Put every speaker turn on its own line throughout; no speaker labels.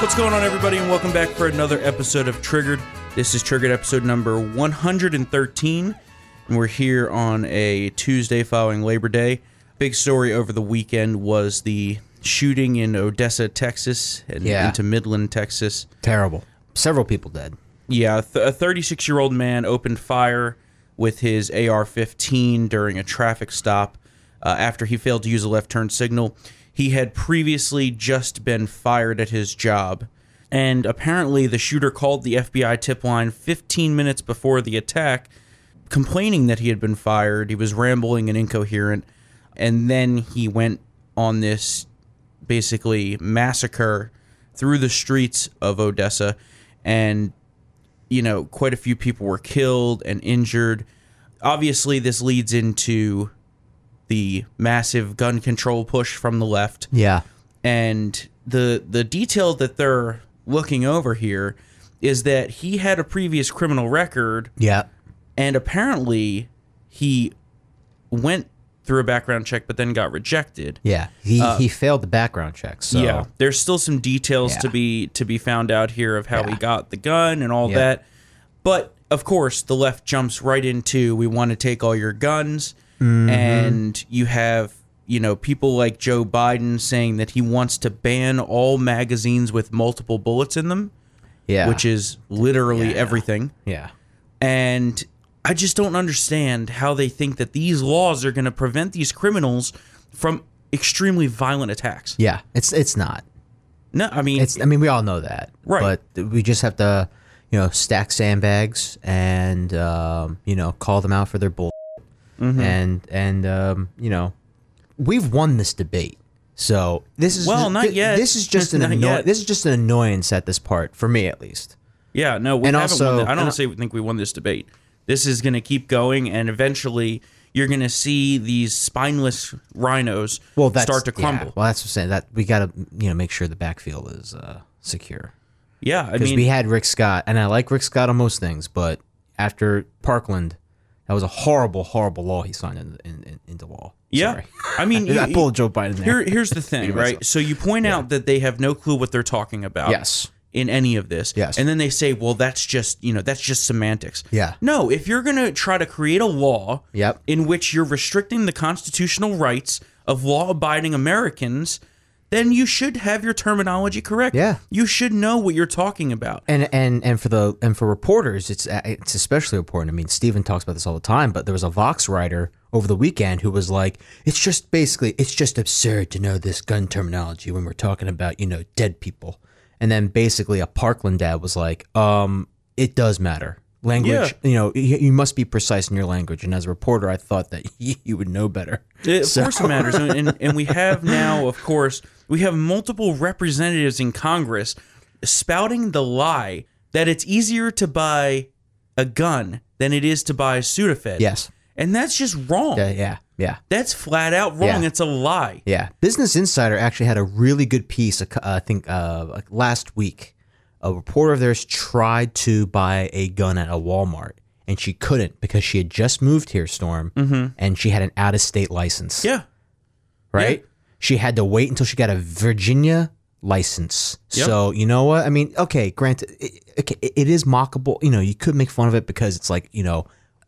What's going on, everybody, and welcome back for another episode of Triggered. This is Triggered episode number 113, and we're here on a Tuesday following Labor Day. Big story over the weekend was the shooting in Odessa, Texas, and
Yeah.
into Midland, Texas.
Terrible. Several people dead.
Yeah, a th- a 36 year old man opened fire with his AR 15 during a traffic stop uh, after he failed to use a left turn signal. He had previously just been fired at his job. And apparently, the shooter called the FBI tip line 15 minutes before the attack, complaining that he had been fired. He was rambling and incoherent. And then he went on this basically massacre through the streets of Odessa. And you know, quite a few people were killed and injured. Obviously, this leads into the massive gun control push from the left
Yeah.
and the the detail that they're looking over here is that he had a previous criminal record
Yeah.
and apparently he went through a background check but then got rejected.
Yeah. He he failed the background check. So
Uh, Yeah, there's still some details to
Yeah.
be to be found out here of how he
Yeah.
got the gun and all
Yeah.
that. But of course, the left jumps right into we want to take all your guns,
Mm-hmm.
and you have you know people like Joe Biden saying that he wants to ban all magazines with multiple bullets in them,
yeah.
which is literally
Yeah.
everything.
yeah.
And I just don't understand how they think that these laws are going to prevent these criminals from extremely violent attacks.
Yeah. It's it's not.
No, I mean
It's I mean we all know that.
Right.
But we just have to you know stack sandbags and um, you know call them out for their bull.
Mm-hmm.
And and um, you know we've won this debate. So this is
Well, not
thi-
yet.
This is just an
Not
annoy-
yet.
this is just an annoyance at this part for me at least.
Yeah, no, we
And
haven't
also-
won the, I
and
don't
I-
say think we won this debate. This is going to keep going, and eventually you're going to see these spineless rhinos
well, that's,
start to
yeah.
crumble.
well, that's what I'm saying. That we got to you know make sure the backfield is uh, secure
Yeah, I
because
mean,
we had Rick Scott, and I like Rick Scott on most things, but after Parkland, that was a horrible, horrible law he signed in, in, in, into law.
yeah,
Sorry.
I mean, you-
I pulled Joe Biden there.
here, here's the thing, right? So you point out that they have no clue what they're talking about.
Yes.
In any of this,
Yes.
and then they say, "Well, that's just you know that's just semantics."
Yeah.
No, if you're going to try to create a law,
Yep.
in which you're restricting the constitutional rights of law abiding Americans, then you should have your terminology correct.
Yeah.
You should know what you're talking about.
And, and and for the and for reporters, it's uh, it's especially important. I mean, Steven talks about this all the time, but there was a Vox writer over the weekend who was like, "It's just basically, it's just absurd to know this gun terminology when we're talking about you know dead people." And then basically, a Parkland dad was like, "Um, it does matter." Language, you know, you, you must be precise in your language. And as a reporter, I thought that you, you would know better.
It, of course it matters. And, and, and we have now, of course, we have multiple representatives in Congress spouting the lie that it's easier to buy a gun than it is to buy Sudafed.
Yes.
And that's just wrong.
Yeah, yeah, yeah.
That's flat out wrong.
Yeah.
It's a lie.
Yeah, Business Insider actually had a really good piece. a cou- uh, I think uh, like last week, a reporter of theirs tried to buy a gun at a Walmart, and she couldn't because she had just moved here, Storm, and she had an out-of-state license.
Yeah.
right.
yeah.
She had to wait until she got a Virginia license. So you know what I mean? Okay, granted, it, okay, it- it is mockable. You know, you could make fun of it because it's like you know,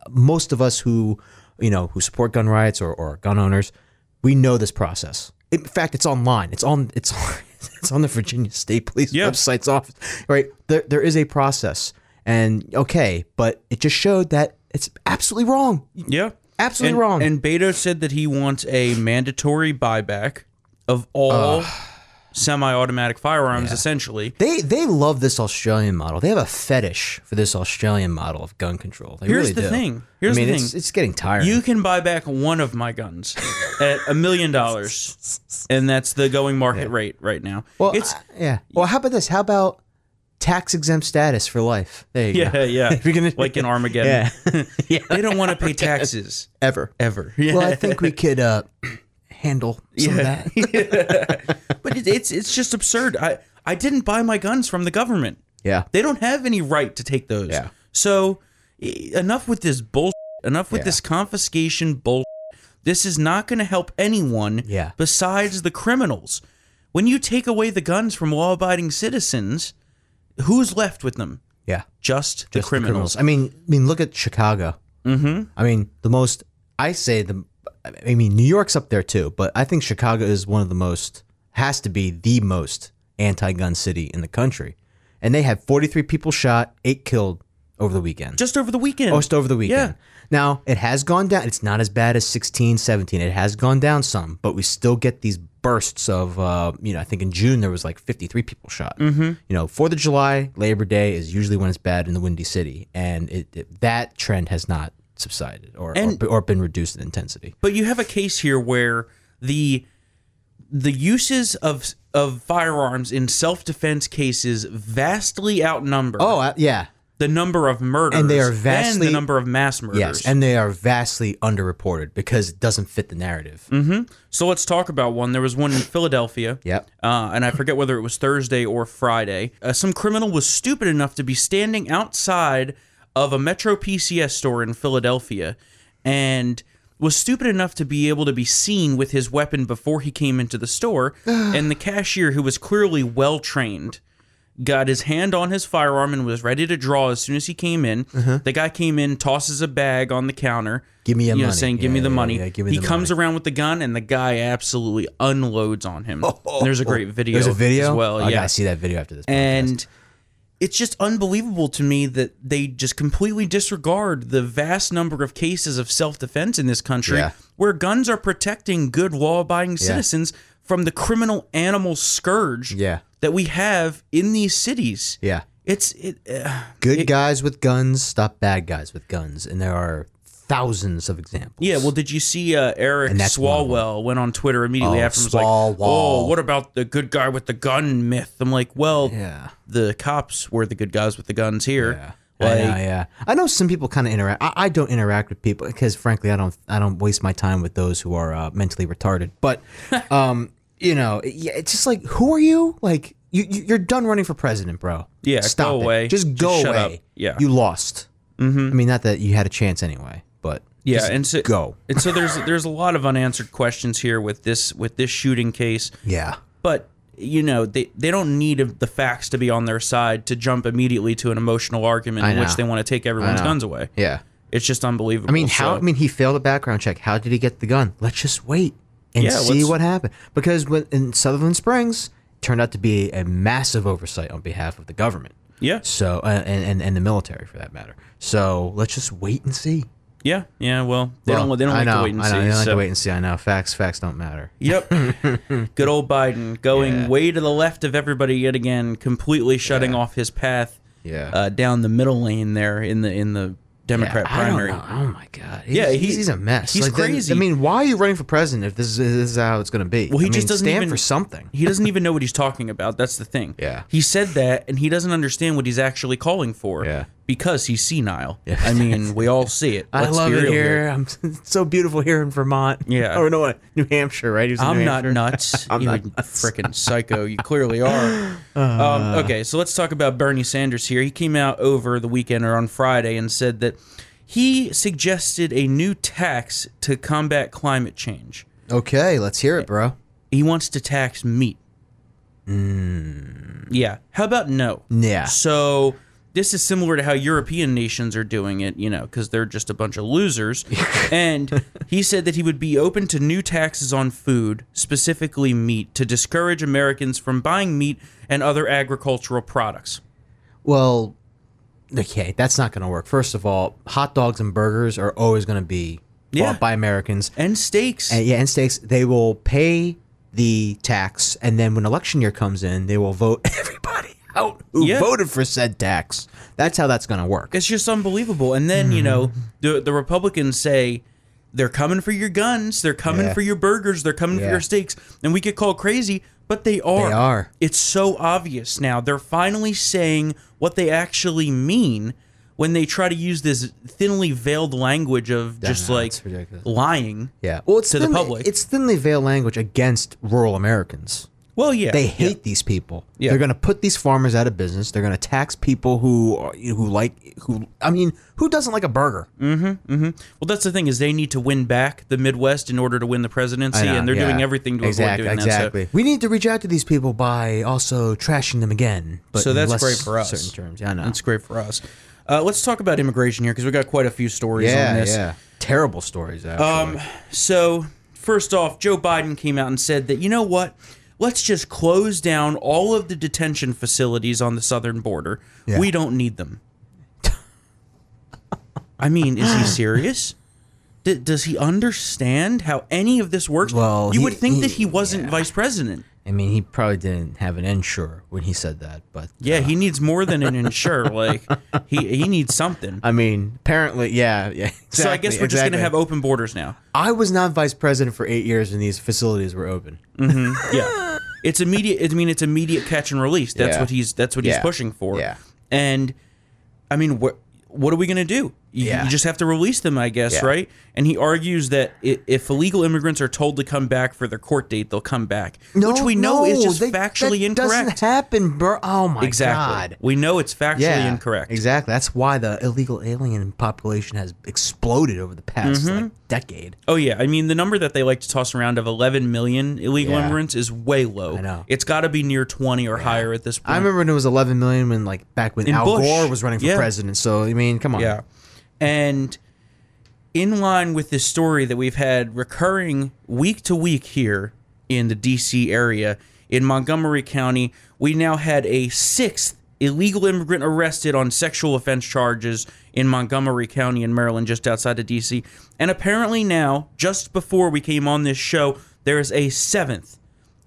most of us who you know who support gun rights or, or gun owners, we know this process. In fact, it's online. It's on. It's on. It's on the Virginia State Police
Yeah.
website's office. Right there, there is a process, and okay, but it just showed that it's absolutely wrong.
Yeah.
Absolutely
and,
wrong.
And Beto said that he wants a mandatory buyback of all semi-automatic firearms, essentially.
They they love this Australian model. They have a fetish for this Australian model of gun control. They
Here's
really
the
do.
thing. Here's
I
the
mean, it's,
thing.
it's getting tired.
You can buy back one of my guns at a million dollars, and that's the going market rate right now.
well,
it's
I- yeah. Well, how about this? How about tax exempt status for life? There you go.
yeah, yeah,
If you're gonna-
like in Armageddon.
Yeah. yeah.
They don't want to pay taxes
Ever.
ever.
Well, I think we could uh, handle some of that.
but it, it's it's just absurd. I I didn't buy my guns from the government.
yeah.
They don't have any right to take those.
Yeah.
So e- enough with this bullshit. Enough with
Yeah.
this confiscation bullshit. This is not going to help anyone
Yeah.
besides the criminals. When you take away the guns from law-abiding citizens, who's left with them?
Yeah.
Just the
Just the
criminals.
I mean, I mean, look at Chicago. Mm-hmm. I mean, the most. I say the. I mean, New York's up there too, but I think Chicago is one of the most. Has to be the most anti-gun city in the country, and they had 43 people shot, eight killed over the weekend.
Just over the weekend.
Just over the weekend. Now, it has gone down. It's not as bad as 16, 17. It has gone down some, but we still get these bursts of, uh, you know, I think in June there was like 53 people shot. Mm-hmm. You know, 4th of July, Labor Day is usually when it's bad in the Windy City. And it, it, that trend has not subsided or,
And-
or, or been reduced in intensity.
But you have a case here where the the uses of of firearms in self-defense cases vastly outnumber
Oh, I, yeah.
the number of murders
they are
and the
vastly-
number of mass murders.
Yes. And they are vastly underreported because it doesn't fit the narrative.
Mm-hmm. so let's talk about one. There was one in Philadelphia.
Yep.
Uh, and I forget whether it was Thursday or Friday. Uh, some criminal was stupid enough to be standing outside of a Metro PCS store in Philadelphia and was stupid enough to be able to be seen with his weapon before he came into the store. and the cashier, who was clearly well trained, got his hand on his firearm and was ready to draw as soon as he came in. The guy came in, tosses a bag on the counter.
Give me your
you know,
money.
saying, "Give me
Yeah,
the
yeah,
money."
yeah, give me
he
the
comes around with the gun, and the guy absolutely unloads on him. And there's a great video.
Oh. There's a video. Oh,
as well.
I
yeah,
gotta see that video after this. podcast.
and it's just unbelievable to me that they just completely disregard the vast number of cases of self-defense in this country
Yeah.
where guns are protecting good law-abiding citizens from the criminal animal scourge
Yeah.
that we have in these cities.
yeah.
It's it, uh,
good guys with guns stop bad guys with guns and there are thousands of examples
Yeah, well, did you see uh, Eric
that's one of them.
Swalwell went on Twitter immediately
Oh,
after and was like, "Oh,
Swalwell.
what about the good guy with the gun myth?" I'm like, "Well,
yeah
the cops were the good guys with the guns here."
I
Like,
know, yeah i know some people kind of interact I, I don't interact with people because frankly i don't i don't waste my time with those who are uh, mentally retarded but um you know yeah, it's just like who are you like you, you you're done running for president bro
Yeah,
stop
go
it.
away.
just
Just
go
shut
away
up. Yeah.
you lost mm-hmm. i mean not that you had a chance anyway but
yeah,
just
and so
go
and so there's there's a lot of unanswered questions here with this with this shooting case,
yeah
but you know they they don't need the facts to be on their side to jump immediately to an emotional argument in
I
which
know.
they want to take everyone's
know.
guns away.
yeah
It's just unbelievable.
I mean, how?
So-
I mean, he failed a background check. How did he get the gun? Let's just wait and
Yeah,
see
let's-
what happened. Because when in Sutherland Springs turned out to be a massive oversight on behalf of the government.
yeah,
So uh, and, and and the military for that matter. So let's just wait and see.
yeah, yeah. Well, they
Well,
don't they don't
I
like
know,
to wait and
I know,
see.
They don't like
so-
to wait and see. I know. Facts, facts don't matter.
Yep. Good old Biden going way to the left of everybody yet again, completely shutting off his path
Yeah.
uh, down the middle lane there in the in the Democrat
I don't
primary.
know. Oh my god. He's,
Yeah,
yeah,
he-
he's, he's a mess.
he's
Like, then-
crazy.
I mean, why are you running for president if this is, this is how it's going to be?
he
I mean,
just doesn't
stand
even-
for something.
He doesn't even know what he's talking about. That's the thing.
Yeah.
He said that and he doesn't understand what he's actually calling for.
Yeah.
Because he's senile. I mean, we all see it.
I
Let's
love
be
it
real
here. I'm it's so beautiful here in Vermont.
Yeah.
Or no, uh, New Hampshire, right? He was in New
I'm not
Hampshire.
nuts.
I'm
you
not
freaking psycho. You clearly are. um, okay, so let's talk about Bernie Sanders here. He came out over the weekend or on Friday and said that he suggested a new tax to combat climate change.
Okay, let's hear it, bro.
He wants to tax meat.
Hmm.
Yeah. How about no?
Yeah.
So this is similar to how European nations are doing it, you know, because they're just a bunch of losers. and he said that he would be open to new taxes on food, specifically meat, to discourage Americans from buying meat and other agricultural products.
Well, okay, that's not going to work. First of all, hot dogs and burgers are always going to be
Yeah.
bought by Americans.
And steaks.
And, yeah, and steaks, they will pay the tax, and then when election year comes in, they will vote everybody out who
Yeah.
voted for said tax. That's how that's going to work.
it's just unbelievable. And then, you know,
Mm-hmm.
the the Republicans say they're coming for your guns, they're coming
Yeah.
for your burgers, they're coming for
Yeah.
your steaks, and we get called crazy, but they are.
They are.
It's so obvious now. They're finally saying what they actually mean when they try to use this thinly veiled language of just
know,
like
it's ridiculous.
lying.
Yeah. Well, it's
to the
thinly-
public.
It's thinly veiled language against rural Americans.
Well, yeah,
They
yeah.
hate these people.
Yeah.
They're going to put these farmers out of business. They're going to tax people who are- who like who. I mean, who doesn't like a burger?
Mm-hmm. Well, that's the thing is they need to win back the Midwest in order to win the presidency,
Yeah,
and they're doing
yeah.
everything to
exactly,
avoid doing
exactly.
that.
We need to reach out to these people by also trashing them again. But
So
in
that's
less
great for us.
Certain terms. Yeah, I know.
So that's great for us. Uh, let's talk about immigration here because we got quite a few stories on this.
Terrible stories. Actually.
Um, so first off, Joe Biden came out and said that you know what? Let's just close down all of the detention facilities on the southern border.
Yeah.
We don't need them. I mean, is he serious? D- does he understand how any of this works?
Well,
you
he-
would think
he-
that he wasn't
yeah.
vice president.
I mean, he probably didn't have an insurer when he said that, but
Yeah, he needs more than an insure. Like he he needs something.
I mean, apparently, yeah, yeah.
so I guess we're just gonna have open borders now.
I was not vice president for eight years when these facilities were open.
yeah it's immediate i mean it's immediate catch and release that's
Yeah.
what he's that's what he's
Yeah.
pushing for
Yeah.
and i mean what what are we going to do you,
Yeah.
you just have to release them i guess
Yeah.
right and he argues that i- if illegal immigrants are told to come back for their court date they'll come back which we know is just factually incorrect
Doesn't happen, bro. Oh my
exactly
god.
we know it's factually
Yeah,
incorrect
Exactly. That's why the illegal alien population has exploded over the past like decade.
Oh yeah, I mean the number that they like to toss around of 11 million illegal
Yeah.
immigrants is way low. I
know.
It's got to be near 20 or higher at this point.
I remember when it was 11 million when like back when
In
Al
Bush.
Gore was running for
Yeah.
president. So I mean, come on.
Yeah. And in line with this story that we've had recurring week to week here in the DC area, in Montgomery County, we now had a sixth illegal immigrant arrested on sexual offense charges in Montgomery County in Maryland, just outside of DC. And apparently now, just before we came on this show, there is a seventh,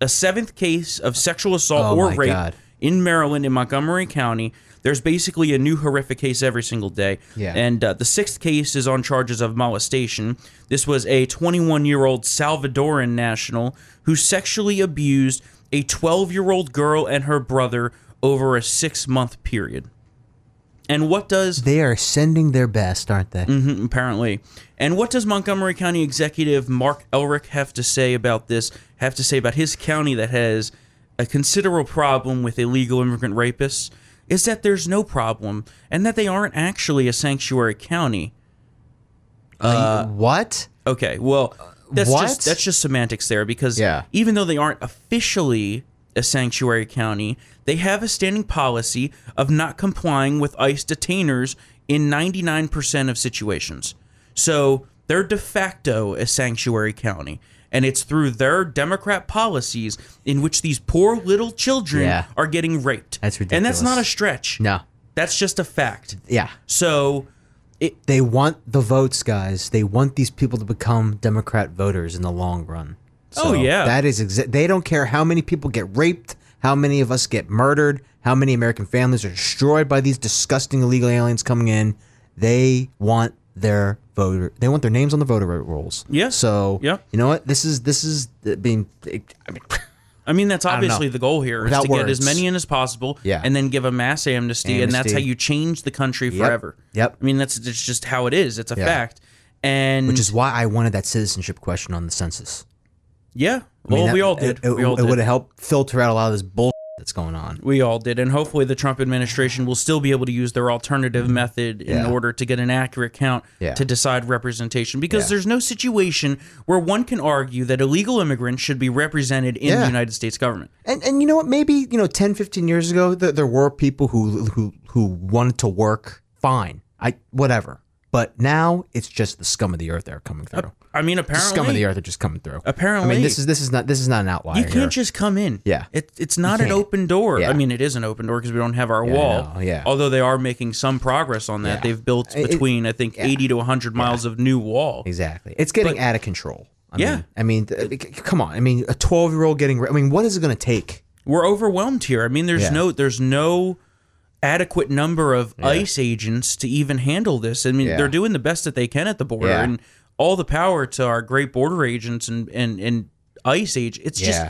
a seventh case of sexual assault
Oh
or
my
rape
God.
in Maryland, in Montgomery County. There's basically a new horrific case every single day.
Yeah.
And uh, the sixth case is on charges of molestation. This was a 21 year old Salvadoran national who sexually abused a 12 year old girl and her brother over a six month period. And what does
They are sending their best, aren't they?
Mhm, apparently. And what does Montgomery County Executive Mark Elric have to say about this? Have to say about his county that has a considerable problem with illegal immigrant rapists? Is that there's no problem and that they aren't actually a sanctuary county?
Uh, what?
Okay, well, that's
What?
just that's just semantics there because
Yeah.
even though they aren't officially a sanctuary county, they have a standing policy of not complying with ICE detainers in 99% of situations. So they're de facto a sanctuary county. And it's through their Democrat policies in which these poor little children
Yeah.
are getting raped.
That's
And that's not a
ridiculous.
stretch.
No.
That's just a fact.
Yeah.
So
They want the votes, guys. They want these people to become Democrat voters in the long run.
Oh, yeah.
That is exa- they don't care how many people get raped, how many of us get murdered, how many American families are destroyed by these disgusting illegal aliens coming in. They want their voter. They want their names on the voter rolls.
Yeah.
So
Yeah.
you know what? This is this is uh, being. it- I mean,
I mean, that's
know.
obviously the goal here is
Without
to get as
words.
many in as possible,
Yeah.
and then give a mass amnesty, and that's
Amnesty.
how you change the country forever.
Yep.
I mean, that's it's just how it is. It's a fact, and
which is why I wanted that citizenship question on the census.
yeah.
I
Well,
mean,
we
that-
all did.
It,
we all
would
did.
have helped filter out a lot of this bull that's going on.
We all did, and hopefully the Trump administration will still be able to use their alternative method in
Mm-hmm. Yeah.
order to get an accurate count
Yeah.
to decide representation. Because
Yeah.
there's no situation where one can argue that illegal immigrants should be represented in the
Yeah.
United States government.
And and you know what? Maybe you know, 10, 15 years ago, th- there were people who who who wanted to work. Fine, I whatever. But now it's just the scum of the earth that are coming through.
I mean,
the
apparently,
scum of the earth are just coming through.
apparently,
I mean, this is this is not this is not an outlier.
You can't just come in.
Yeah.
It, it's not an
can't.
open door.
Yeah.
I mean, it is an open door because we don't have our
I
wall.
know, yeah.
Although they are making some progress on that.
Yeah.
They've built
It- it-
between, I think, 80 to 100 miles of new wall.
exactly. It's getting
But-
out of control. I
Yeah.
mean, I mean, th- c- come on. I mean, a twelve year old getting. ra- I mean, what is it going to take?
We're overwhelmed here. I mean, there's
Yeah.
no there's no adequate number of ICE agents to even handle this. I mean,
Yeah.
they're doing the best that they can at the border
Yeah.
and all the power to our great border agents and and and ICE age. It's
Yeah.
just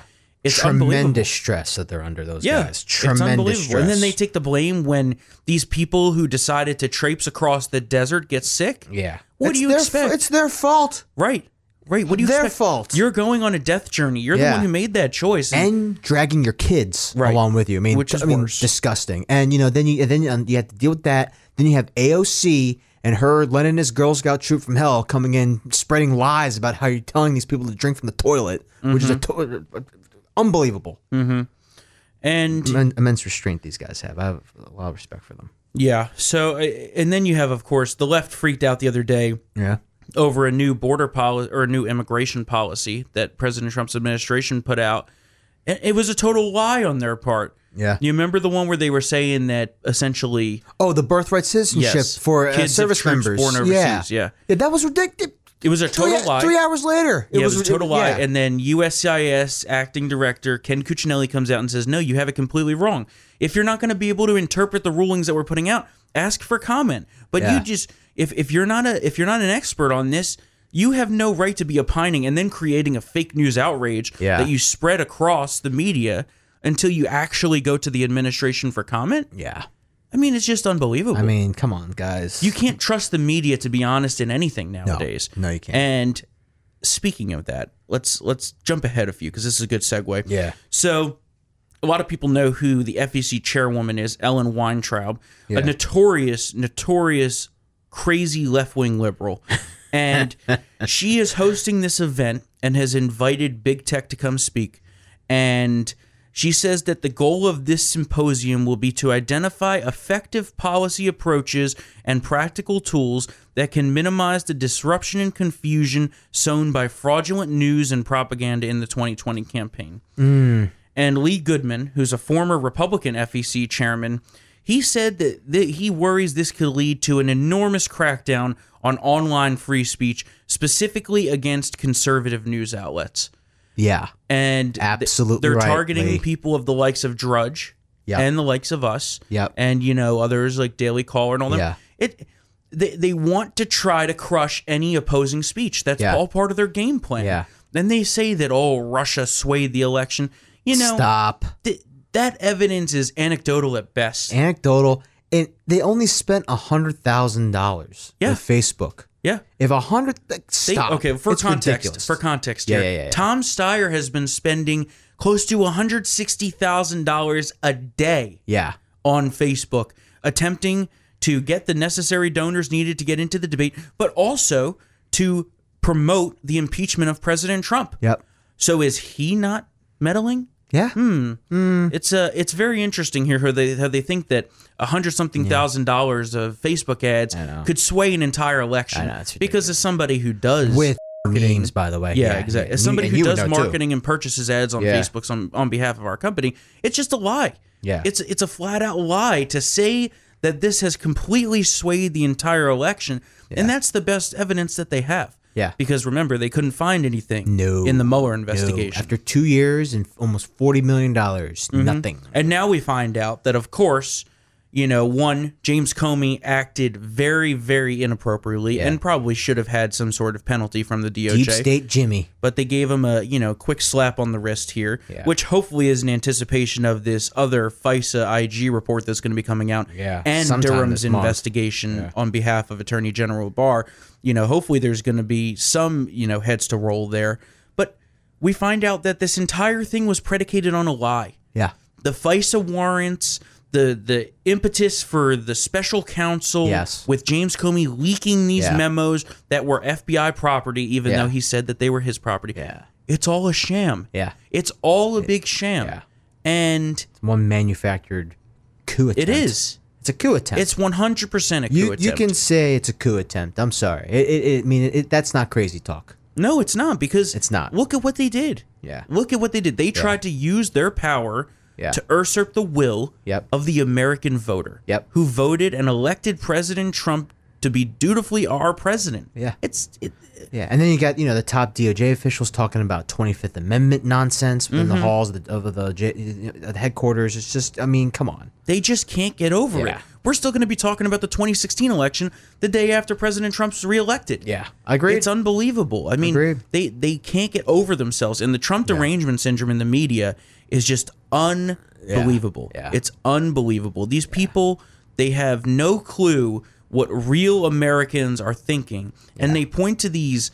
it's unbelievable.
Tremendous stress that they're under. Those
Yeah,
guys. Tremendous stress.
And then they take the blame when these people who decided to traipse across the desert get sick.
yeah.
What
It's
do you
their, fa-
expect?
It's their fault.
Right. Right. What do you
Their
expect?
fault.
You're going on a death journey. You're the
Yeah.
one who made that choice. And,
and dragging your kids
Right.
along with you. I mean,
Which is
I mean,
worse.
disgusting. And you know, then you and then um, you have to deal with that. Then you have AOC and her letting this Girl Scout troop from hell coming in, spreading lies about how you're telling these people to drink from the toilet, which is a to-
Mm-hmm.
unbelievable.
and
Immen- immense restraint these guys have. I have a lot of respect for them.
yeah. So uh, and then you have, of course, the left freaked out the other day
Yeah.
over a new border policy or a new immigration policy that President Trump's administration put out. And It was a total lie on their part.
Yeah.
You remember the one where they were saying that essentially
Oh, the birthright citizenship
Yes.
for uh,
Kids of
service
troops
members
born
Yeah.
overseas, yeah.
that was ridiculous.
it was a total
three,
lie.
Three hours later,
yeah, it was, a total lie.
yeah.
And then USCIS acting director Ken Cuccinelli comes out and says, "No, you have it completely wrong. If you're not going to be able to interpret the rulings that we're putting out, ask for comment. But
Yeah.
you just if if you're not a if you're not an expert on this." You have no right to be opining and then creating a fake news outrage
Yeah.
that you spread across the media until you actually go to the administration for comment.
yeah.
I mean, it's just unbelievable.
I mean, come on, guys.
You can't trust the media to be honest in anything nowadays.
No, you can't.
And speaking of that, let's let's jump ahead a few because this is a good segue.
Yeah.
So a lot of people know who the FEC chairwoman is, Ellen Weintraub,
Yeah.
a notorious, notorious, crazy left wing liberal. And she is hosting this event and has invited big tech to come speak. And she says that the goal of this symposium will be to identify effective policy approaches and practical tools that can minimize the disruption and confusion sown by fraudulent news and propaganda in the 2020 campaign. And Lee Goodman, who's a former Republican FEC chairman, he said that, that he worries this could lead to an enormous crackdown on online free speech, specifically against conservative news outlets.
yeah.
And th-
Absolutely
they're
right,
targeting
Lee.
people of the likes of Drudge
Yep.
and the likes of us
Yep.
and, you know, others like Daily Caller and all that.
Yeah.
It, they, they want to try to crush any opposing speech. That's
Yeah.
all part of their game plan.
Yeah.
Then they say that, oh, Russia swayed the election. You know,
Stop.
th- that evidence is anecdotal at best.
Anecdotal. And they only spent a hundred thousand dollars
Yeah.
with Facebook.
yeah.
If a hundred, like,
They-
stop.
okay, for
It's
context,
ridiculous.
for context
Yeah,
here.
yeah, yeah, yeah.
Tom Steyer has been spending close to $160,000 a day
yeah,
on Facebook attempting to get the necessary donors needed to get into the debate, but also to promote the impeachment of President Trump.
yep,
So is he not meddling?
yeah,
Hmm. It's uh, it's very interesting here how they how they think that a hundred something thousand dollars of Facebook ads could sway an entire election
know, it's
because as somebody who does
with memes, by the way.
yeah, exactly. As
And you-
somebody
and
who
you would
does
know, too.
marketing and purchases ads on
Yeah.
Facebook on, on behalf of our company, it's just a lie.
Yeah.
It's it's a flat out lie to say that this has completely swayed the entire election. And that's the best evidence that they have.
Yeah.
Because remember, they couldn't find anything
No,
in the Mueller
No,
investigation.
after two years and almost forty million dollars,
Mm-hmm.
nothing.
And now we find out that, of course, you know, one, James Comey acted very, very inappropriately and probably should have had some sort of penalty from the DOJ.
Deep state Jimmy.
But they gave him a, you know, quick slap on the wrist here,
Yeah.
which hopefully is an anticipation of this other FISA IG report that's going to be coming out
Yeah,
and
sometime
Durham's
this month.
investigation on behalf of Attorney General Barr. You know, hopefully there's going to be some, you know, heads to roll there. But we find out that this entire thing was predicated on a lie
Yeah,
the FISA warrants, the the impetus for the special counsel
Yes.
with James Comey leaking these
Yeah.
memos that were FBI property, even
Yeah.
though he said that they were his property.
Yeah.
It's all a sham.
Yeah.
It's all a big sham.
yeah.
And
one manufactured coup attempt.
it is.
It's a coup attempt.
It's 100% a coup
you.
attempt.
You can say it's a coup attempt. I'm sorry. It, it, it, I mean, it, that's not crazy talk.
No, it's not because
It's not.
Look at what they did.
Yeah.
Look at what they did. They tried to use their power
Yeah.
to usurp the will
Yep.
of the American voter.
Yep.
Who voted and elected President Trump to be dutifully our president.
Yeah.
It's it,
Yeah, and then you got you know the top DOJ officials talking about Twenty Fifth Amendment nonsense within
Mm-hmm.
the halls of the, of the, J- you know, the headquarters. It's just, I mean, come on.
they just can't get over
Yeah.
it. We're still going to be talking about the 2016 election the day after President Trump's reelected.
I agree.
It's unbelievable. I mean,
Agreed.
they they can't get over themselves, and the Trump derangement syndrome in the media is just unbelievable.
Yeah.
It's unbelievable. These people they have no clue what real Americans are thinking, and they point to these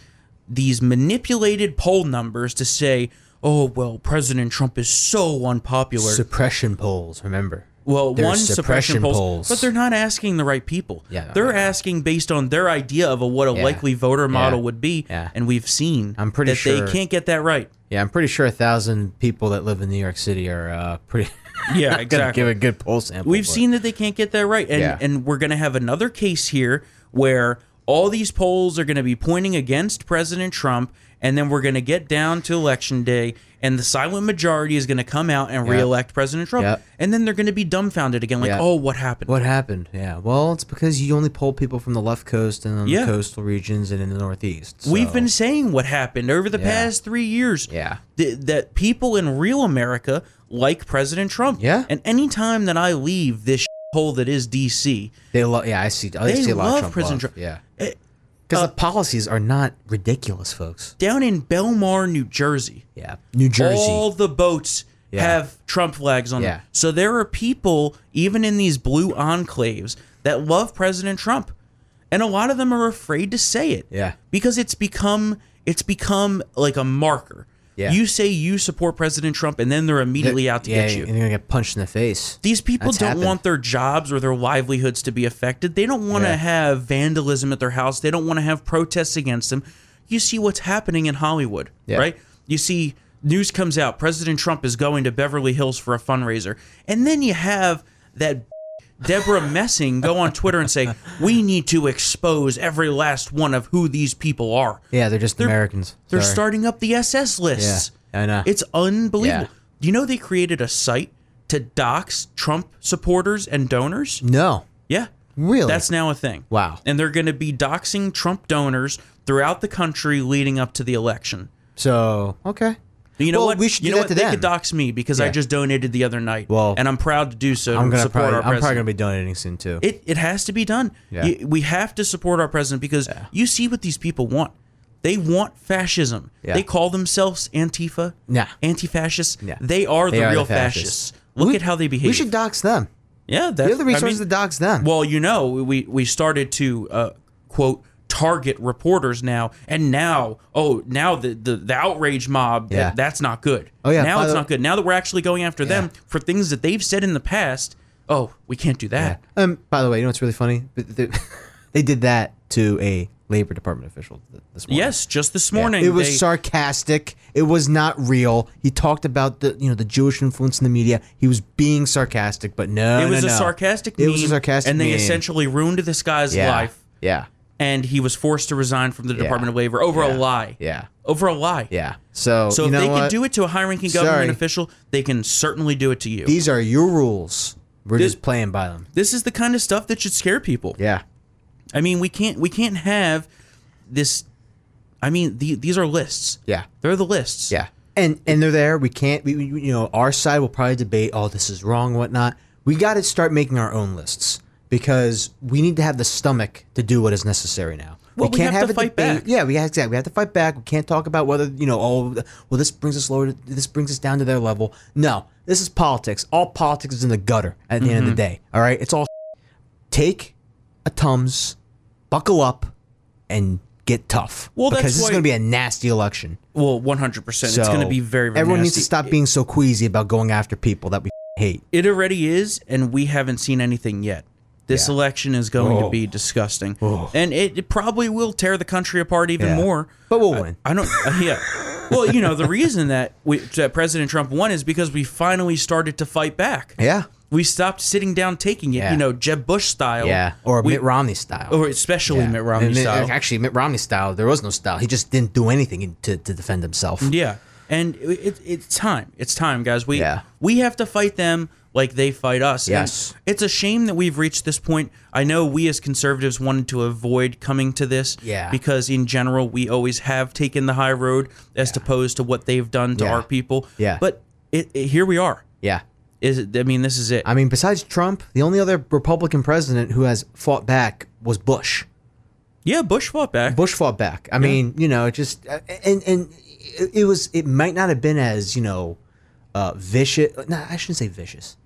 these manipulated poll numbers to say, "Oh well, President Trump is so unpopular."
Suppression polls, remember?
well,
They're
one suppression polls, but they're not asking the right people.
Yeah,
they're
yeah.
asking based on their idea of a, what a likely voter model would be,
Yeah.
and we've seen
I'm pretty
that
sure-
they can't get that right.
yeah, I'm pretty sure a thousand people that live in New York City are uh, pretty
Yeah,
gonna
exactly.
give a good poll sample.
We've
but-
seen that they can't get that right, and
Yeah.
and we're going to have another case here where all these polls are going to be pointing against President Trump, and then we're going to get down to election day, and the silent majority is going to come out and reelect President Trump,
Yep.
and then they're going to be dumbfounded again, like,
Yeah.
oh, what happened?
what happened. Yeah, well, it's because you only poll people from the left coast and on
Yeah.
the coastal regions and in the Northeast.
We've
so-
been saying what happened over the past three years.
Yeah.
Th- that people in real America like President Trump.
Yeah.
And any time that I leave this hole that is D.C.,
They love. Yeah, I see. I
They
see a lot
love Uh,
of Trump
President
love.
Trump.
Yeah, because the policies are not ridiculous, folks.
down in Belmar, New Jersey,
Yeah, New Jersey.
all the boats
Yeah.
have Trump flags on
Yeah.
them. So there are people, even in these blue enclaves, that love President Trump. And a lot of them are afraid to say it.
Yeah.
Because it's become it's become like a marker.
Yeah.
You say you support President Trump and then they're immediately out to
yeah,
get you.
and you're gonna get punched in the face.
These people
That's
don't
happened.
want their jobs or their livelihoods to be affected. They don't want to
Yeah.
have vandalism at their house. They don't want to have protests against them. You see what's happening in Hollywood,
Yeah.
right? You see news comes out President Trump is going to Beverly Hills for a fundraiser. And then you have that Deborah Messing go on Twitter and say, "We need to expose every last one of who these people are."
Yeah, they're just Americans.
They're
Sorry.
starting up the SS lists.
Yeah, I know.
It's unbelievable.
Yeah.
You know they created a site to dox Trump supporters and donors?
no,
Yeah.
really.
That's now a thing.
Wow.
And they're going to be doxing Trump donors throughout the country leading up to the election.
so okay.
You know
Well,
what?
we should
you
do
know
that
what?
to
they
them.
could dox me because I
Yeah.
just donated the other night.
Well,
and I'm proud to do so.
I'm
to
gonna
support
probably.
our
I'm
president.
probably gonna be donating soon too.
It it has to be done.
Yeah.
You- we have to support our president because you see what these people want. They want fascism.
Yeah.
They call themselves Antifa.
Nah.
Anti-fascists.
Yeah.
They are
They
the
are
real
the fascists.
fascists. Look
We-
at how they behave.
we should dox them.
yeah, that's
We have the resources
I mean,
to dox them.
well, you know, we we started to uh, quote target reporters now, and now oh now the the, the outrage mob
Yeah.
that, that's not good.
Oh, yeah,
now
by
it's
the-
not good. Now that we're actually going after them for things that they've said in the past. Oh, we can't do that.
Um, by the way, you know what's really funny? But They, they did that to a labor department official th- this morning.
Yes, just this
Yeah.
morning
It was
they-
sarcastic. It was not real. He talked about the you know the Jewish influence in the media. He was being sarcastic, but no,
It was
no,
a
no.
sarcastic
It
meme.
was a sarcastic
And they
meme.
essentially ruined this guy's
yeah.
life,
Yeah,
and he was forced to resign from the Department of Labor over a
Yeah.
lie.
yeah,
Over a lie.
yeah. So
So
you
if
know
they
what?
can do it to a high-ranking government
Sorry.
official, they can certainly do it to you.
These are your rules. We're just playing by them.
this is the kind of stuff that should scare people.
Yeah,
I mean, we can't we can't have this. I mean, the, these are lists.
yeah,
They're the lists.
yeah. And and they're there. We can't. We, we- you know, our side will probably debate. Oh, this is wrong, whatnot. We got to start making our own lists because we need to have the stomach to do what is necessary now.
Well, we have to fight back.
Yeah, we exactly. We have to fight back. We can't talk about whether you know. Oh, well, this brings us lower. To, this brings us down to their level. No, this is politics. All politics is in the gutter at the end of the day. All right, it's all. Take a tums, buckle up, and get tough.
Well, that's
because this
why-
is going to be a nasty election.
Well, one hundred percent. It's
So,
going to be very. very
Everyone needs to
nasty.
stop being so queasy about going after people that we hate.
It already is, and we haven't seen anything yet. This
Yeah.
election is going to
Oh.
be disgusting, and it, it probably will tear the country apart even
Yeah.
more.
But we'll win.
I don't. uh, yeah. Well, you know the reason that we, that President Trump won is because we finally started to fight back.
Yeah.
We stopped sitting down taking it.
Yeah.
You know, Jeb Bush style.
Yeah. Or
We-
Mitt Romney style.
or especially
Yeah.
Mitt Romney
And Mitt-
style.
Actually, Mitt Romney style, there was no style. He just didn't do anything to, to defend himself.
Yeah, and it, it, it's time. It's time, guys. We
Yeah.
we have to fight them like they fight us. And
Yes.
it's a shame that we've reached this point. I know we as conservatives wanted to avoid coming to this.
Yeah.
because in general, we always have taken the high road as opposed to what they've done to
Yeah.
our people.
Yeah.
but it, it- here we are.
Yeah.
Is it, I mean, this is it.
I mean, besides Trump, the only other Republican president who has fought back was Bush.
yeah, Bush fought back.
Bush fought back. I mean, you know, it just uh, and and it- it was it might not have been as you know uh, vicious. No, I shouldn't say vicious.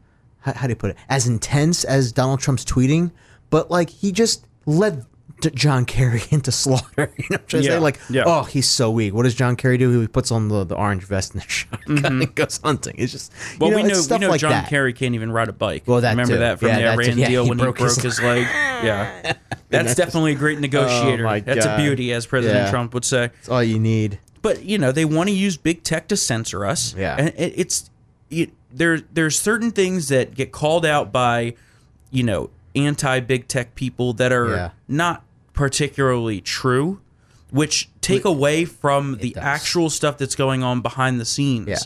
How, how do you put it? As intense as Donald Trump's tweeting, but like he just let D- John Kerry into Slaughter. You know what I'm trying to
Yeah,
say? Like,
yeah.
oh, he's so weak. What does John Kerry do? He puts on the, the orange vest and the shotgun and goes hunting. It's just,
Mm-hmm. Well,
you know,
we know
it's stuff
we know
like
John
that.
Kerry can't even ride a bike.
Well, that
remember
too.
that from
Yeah,
the
that too.
Iran
Yeah,
deal
he
when he
broke
broke
his Oh,
his leg. Yeah, that's definitely a great negotiator.
my
that's a
God.
beauty, as President
Yeah.
Trump would say.
It's all you need.
But you know, they want to use big tech to censor us.
Yeah.
and it, it's it, there. There's certain things that get called out by you know anti big tech people that are
Yeah.
not particularly true, which take away from the
does.
actual stuff that's going on behind the scenes.
Yeah.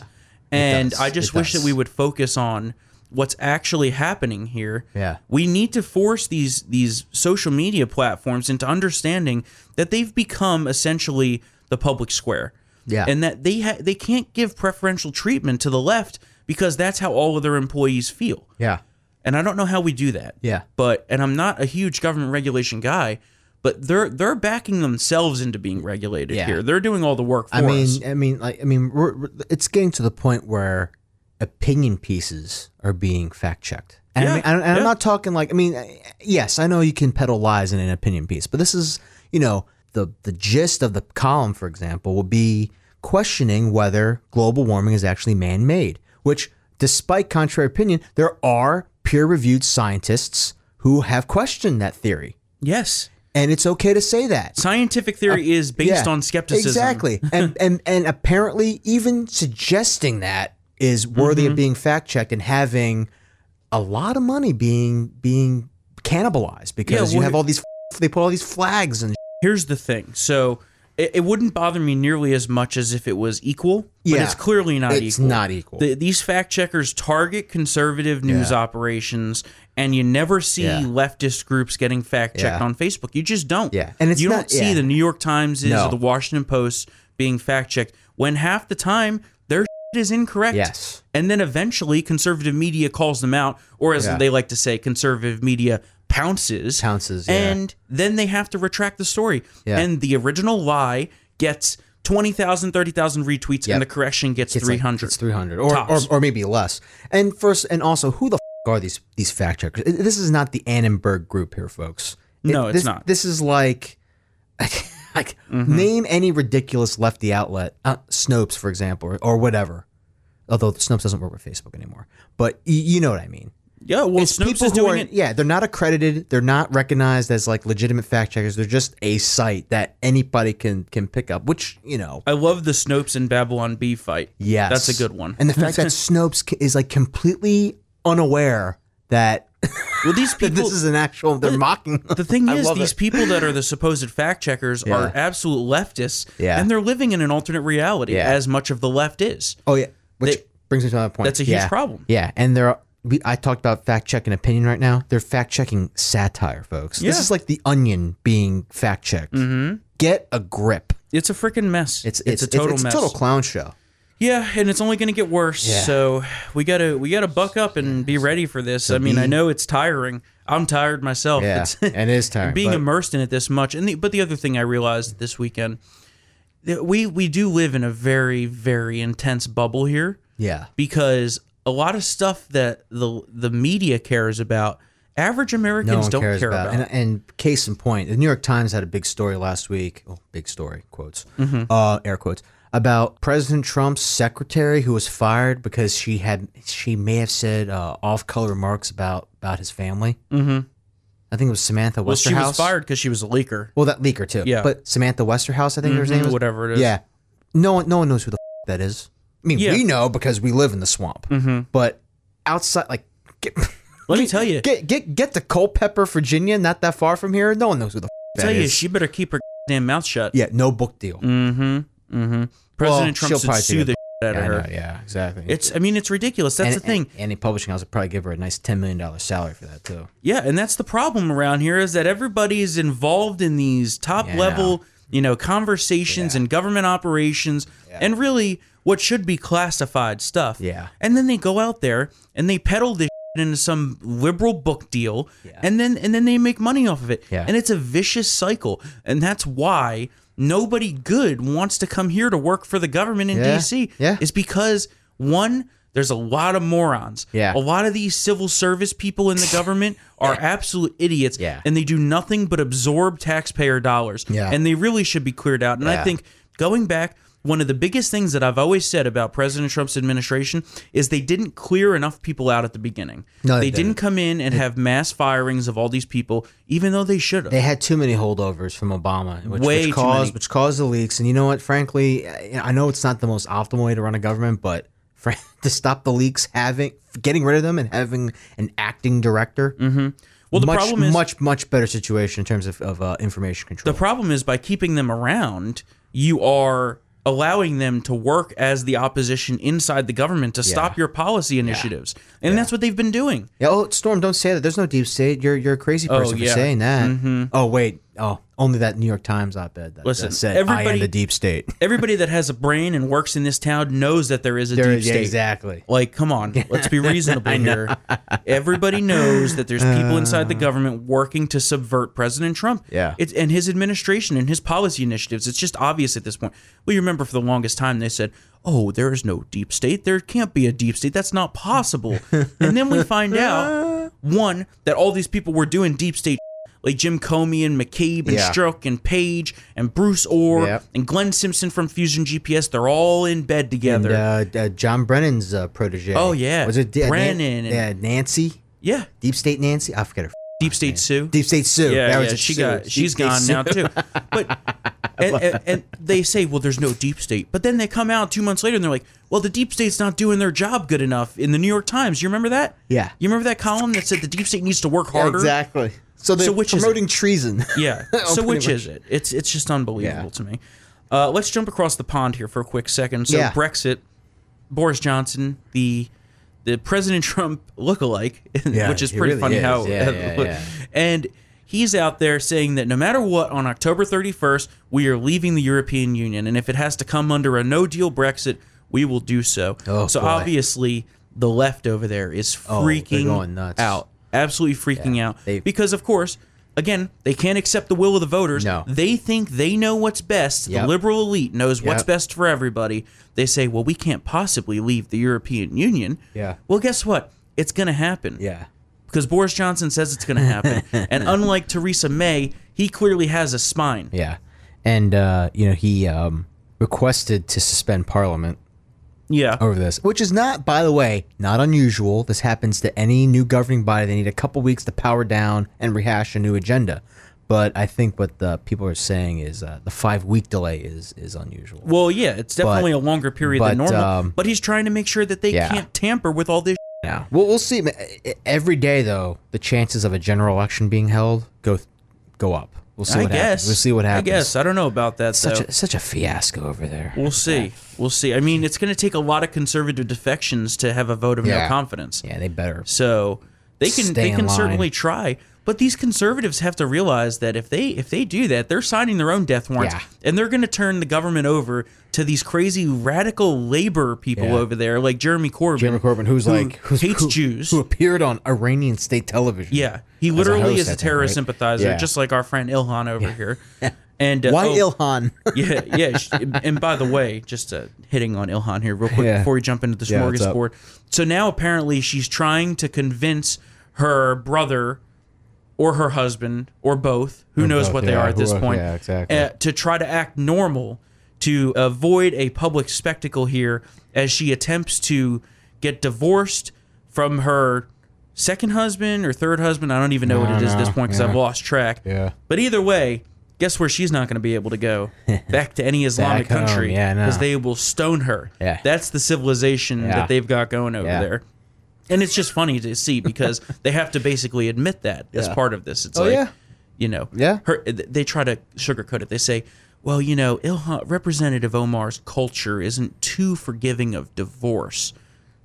And
does.
I just
It
wish that
does.
we would focus on what's actually happening here.
Yeah.
We need to force these these social media platforms into understanding that they've become essentially the public square.
Yeah.
And that they ha- they can't give preferential treatment to the left because that's how all of their employees feel.
Yeah.
And I don't know how we do that.
Yeah.
But and I'm not a huge government regulation guy, but they're they're backing themselves into being regulated
Yeah.
here. They're doing all the work for
I mean,
us.
I mean, like, I mean, we're, we're- it's getting to the point where opinion pieces are being fact checked. And, I
Yeah,
mean, and, and
yeah.
I'm not talking like, I mean, I- yes, I know you can peddle lies in an opinion piece, but this is, you know, the the gist of the column, for example, will be questioning whether global warming is actually man made. Which, despite contrary opinion, there are peer reviewed scientists who have questioned that theory,
Yes.
and it's okay to say that
Scientific theory
Uh,
is based on skepticism.
exactly and, and and apparently even suggesting that is worthy
Mm-hmm.
of being fact checked and having a lot of money being being cannibalized because you
well,
have all these they put all these flags and
Here's the thing. So it, it wouldn't bother me nearly as much as if it was equal, but
Yeah.
it's clearly not
it's
equal.
not equal
The, these fact checkers target conservative news operations, and you never see
Yeah.
leftist groups getting fact checked
Yeah.
on Facebook. You just don't.
Yeah. And it's
you don't
not-
see
yeah.
the New York Times is or
No.
the Washington Post being fact checked when half the time their shit is incorrect.
yes
And then eventually conservative media calls them out, or as
Yeah.
they like to say, conservative media pounces.
Pounces, yeah.
And then they have to retract the story.
Yeah.
And the original lie gets 20,000, 30,000 retweets, and
Yep.
the correction gets
It's like-
300.
it's 300 or, or
Tops.
or maybe less and first and also who the f- are these these fact checkers I- this is not the annenberg group here folks
No, it's
this-
not. Mm-hmm.
this is like like name any ridiculous lefty outlet uh, snopes for example or, or whatever although snopes doesn't work with facebook anymore but y- you know what i mean
yeah, well,
it's
Snopes
people
is
who
doing
are,
it.
Yeah, they're not accredited. They're not recognized as like legitimate fact checkers. They're just a site that anybody can can pick up. Which you know,
I love the Snopes and Babylon B fight.
Yes.
That's a good one.
And the fact that Snopes c- is like completely unaware that
well, these
that
people.
this is an actual, they're mocking.
the thing
I
is,
love
these
it.
people that are the supposed fact checkers are absolute leftists,
Yeah.
and they're living in an alternate reality,
Yeah.
as much of the left is.
Oh, yeah. Which
They-
brings me to another point.
That's a huge
Yeah.
problem.
Yeah. And there are, we, I talked about fact checking opinion right now. They're fact checking satire, folks.
Yeah.
This is like the onion being fact checked. Mm-hmm. Get a grip.
It's a freaking mess.
It's,
it's, a total
it's,
mess.
a total clown show.
Yeah, and it's only going to get worse.
Yeah.
So we gotta we gotta buck up and be ready for this. I mean, I
be-
know it's tiring. I'm tired myself.
Yeah.
It's
and it is tiring.
being
but-
immersed in it this much. And the, but the other thing I realized this weekend, that we we do live in a very very intense bubble here
yeah.
because a lot of stuff that the the media cares about, average Americans don't care about.
And, and case in point, the New York Times had a big story last week. Oh, big story, quotes,
Mm-hmm.
uh, air quotes, about President Trump's secretary who was fired because she had she may have said uh, off color remarks about about his family. Mm-hmm. I think it was Samantha
well,
Westerhouse.
she was fired because she was a leaker.
Well, that leaker too.
Yeah. Mm-hmm,
but Samantha Westerhouse, I think her name was.
Whatever it is.
Yeah, no one, no one knows who the f- that is. I mean,
Yeah.
we know because we live in the swamp. But outside, like. Get,
Let Mm-hmm. me tell you.
Get get get to Culpeper, Virginia, not that far from here. No one knows who the f-
tell
that
you,
is.
she better keep her damn mouth shut.
yeah, no book deal.
Mm-hmm. Mm-hmm. President
she'll
Trump should
probably
sue
take
the shit out
Yeah,
of
I
her.
know, yeah, exactly.
It's. I mean, it's ridiculous. That's
and,
the thing.
And, and the publishing house would probably give her a nice ten million dollar salary for that too.
yeah, and that's the problem around here is that everybody is involved in these top
Yeah, I
level, you know, conversations and government operations, and really what should be classified stuff.
Yeah.
And then they go out there and they peddle this shit into some liberal book deal, and then and then they make money off of it.
Yeah.
And it's a vicious cycle, and that's why nobody good wants to come here to work for the government in
Yeah,
D.C.
yeah.
is because one. There's a lot of morons.
Yeah.
A lot of these civil service people in the government are absolute idiots.
Yeah.
And they do nothing but absorb taxpayer dollars.
Yeah.
And they really should be cleared out. And I
Yeah.
think going back, one of the biggest things that I've always said about President Trump's administration is they didn't clear enough people out at the beginning.
No, they
didn't come in and have mass firings of all these people, even though they should have.
They had too many holdovers from Obama, which,
Way too
which caused
many.
which caused the leaks. And you know what? Frankly, I I know it's not the most optimal way to run a government, but fr to stop the leaks, having getting rid of them and having an acting director, mm-hmm.
Well, the
much,
problem is-
much much better situation in terms of, of uh, information control.
The problem is by keeping them around, you are allowing them to work as the opposition inside the government to stop your policy initiatives. And that's what they've been doing.
Yeah, oh, Storm, don't say that. There's no deep state. You're you're a crazy person
yeah. Mm-hmm.
for saying that. Oh wait, oh only that New York Times op-ed that,
Listen,
that said I
everybody-
am the deep state.
Everybody that has a brain and works in this town knows that there is a
There-
deep
yeah,
state.
exactly.
Like, come on, let's be reasonable here. Everybody knows that there's people inside the government working to subvert President Trump.
Uh. Yeah.
It's and his administration and his policy initiatives. It's just obvious at this point. We remember for the longest time they said, Oh, there is no deep state. There can't be a deep state. That's not possible. and then we find out one, that all these people were doing deep state like Jim Comey and McCabe and
Yeah.
Strzok and Page and Bruce Orr
Yep.
and Glenn Simpson from Fusion GPS. They're all in bed together.
And, uh, d- uh, John Brennan's uh, protege.
Oh, yeah.
was it D- uh, Nan-
Brennan and-
yeah, Nancy,
yeah,
deep state Nancy. I forget her. f-
Deep State Sue.
Deep state Sue.
yeah,
that
yeah,
was it,
she
Sue.
got
Deep
she's
State
gone
Sue.
now too. But and, and, and they say, well, there's no deep state. But then they come out two months later and they're like, well, the deep state's not doing their job good enough. In the New York Times, you remember that?
Yeah.
You remember that column that said the deep state needs to work
Yeah,
harder?
exactly. So they're
So which is it?
promoting treason.
Yeah.
Oh,
so
pretty
which
much.
is it? It's it's just unbelievable
Yeah.
to me. Uh, let's jump across the pond here for a quick second. So
Yeah.
Brexit, Boris Johnson, the the President Trump lookalike,
Yeah,
which is
he
pretty
really
funny
is.
how
Yeah, yeah, yeah.
and he's out there saying that no matter what on October 31st we are leaving the European Union and if it has to come under a no deal Brexit we will do so.
Oh,
so
boy.
obviously the left over there is
Oh, they're
freaking
going nuts.
out. Absolutely freaking
Yeah,
out.
they-
because of course, again, they can't accept the will of the voters.
No.
They think they know what's best. The
Yep.
liberal elite knows what's
Yep.
best for everybody. They say, "Well, we can't possibly leave the European Union."
Yeah.
Well, guess what? It's going to happen.
yeah,
Because Boris Johnson says it's going to happen. and unlike Theresa May, he clearly has a spine.
yeah, and uh, you know he um, requested to suspend Parliament.
Yeah.
over this, which is not, by the way, not unusual. This happens to any new governing body. They need a couple weeks to power down and rehash a new agenda. But I think what the people are saying is uh, the five week delay is is unusual.
Well, yeah, it's definitely a longer period than
but,
normal.
um,
but he's trying to make sure that they
yeah.
can't tamper with all this.
Yeah. Well, we'll see. Ma- e- Every day, though, the chances of a general election being held go go up. We'll see.
I
what
guess.
Happens. We'll see what happens.
I guess. I don't know about that. though.
Such a, such a fiasco over there.
We'll see. We'll see. I mean, it's going to take a lot of conservative defections to have a vote of no
Yeah.
confidence.
Yeah, they better.
So they can
Stay
they
in
can
line.
certainly try, but these conservatives have to realize that if they if they do that, they're signing their own death warrants,
Yeah.
and they're going to turn the government over to these crazy radical labor people
Yeah.
over there, like Jeremy Corbyn.
Jeremy Corbyn, who's like who's,
hates
who-
Jews.
who appeared on Iranian state television.
yeah, he literally
host,
is
I
a
think, right?
terrorist sympathizer,
Yeah.
just like our friend Ilhan over here. And uh,
Why
oh-
Ilhan?
yeah, yeah. sh- And by the way, just uh, hitting on Ilhan here real quick
Yeah.
before we jump into the
Yeah, what's up?
smorgasbord. So now apparently she's trying to convince her brother or her husband or both, who knows
both,
what they
yeah,
are at this
who-
point,
yeah, exactly.
uh, to try to act normal to avoid a public spectacle here as she attempts to get divorced from her second husband or third husband. I don't even know what it is at this
no,
point because I've
yeah.
lost track.
Yeah.
But either way, guess where she's not going to be able to go? Back to any Islamic
Back home,
country.
yeah, no.
they will stone her.
Yeah.
That's the civilization
Yeah.
that they've got going over
Yeah.
there. And it's just funny to see because they have to basically admit that as
Yeah.
part of this. It's
Oh,
like,
yeah.
you know,
Yeah.
her, th- they try to sugarcoat it. They say, well, you know, Ilhan, Representative Omar's culture isn't too forgiving of divorce.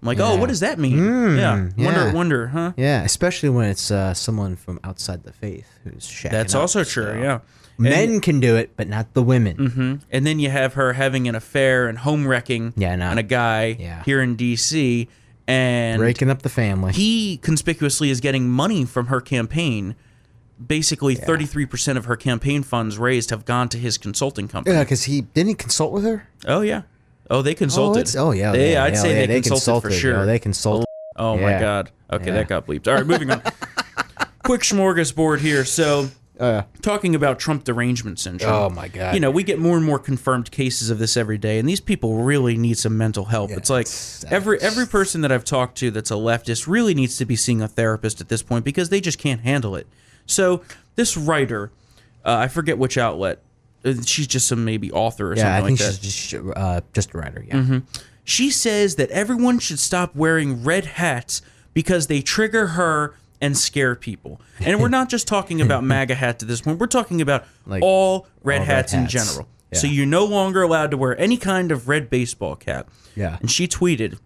I'm like, oh, what does that mean? yeah. Wonder,
Hmm. yeah.
wonder, huh?
Yeah, especially when it's uh, someone from outside the faith who's shacking
That's
up,
also
so.
true, yeah. Mm-hmm.
Men can do it, but not the women.
And then you have her having an affair and home wrecking
Yeah, I know.
on a guy
Yeah.
here in DC and
Breaking up the family.
he conspicuously is getting money from her campaign. Basically 33% of her
uh,
campaign funds raised have gone to his consulting company.
yeah, because he didn't he consult with her.
Oh yeah. Oh, they
Oh,
consulted.
it's- oh yeah,
They-
yeah,
I'd
yeah,
say
yeah,
they, consulted, for sure.
Oh, they consulted.
Oh my
Yeah.
god. Okay,
Yeah.
that got bleeped. All right, moving on. Quick smorgasbord here. So, talking about Trump derangement syndrome.
Oh, my God.
You know, we get more and more confirmed cases of this every day, and these people really need some mental help. it's like every every person that I've talked to that's a leftist really needs to be seeing a therapist at this point because they just can't handle it. So, this writer, uh, I forget which outlet. uh, She's just some maybe author or
Yeah, I
something
think
like that. Mm-hmm.
she's just uh, just a writer. Yeah.
She says that everyone should stop wearing red hats because they trigger her and scare people. And we're not just talking about MAGA hats at this point. We're talking about
Like,
all red
all red
hats, in
hats.
general. So
Yeah.
you're no longer allowed to wear any kind of red baseball cap.
Yeah.
And she tweeted,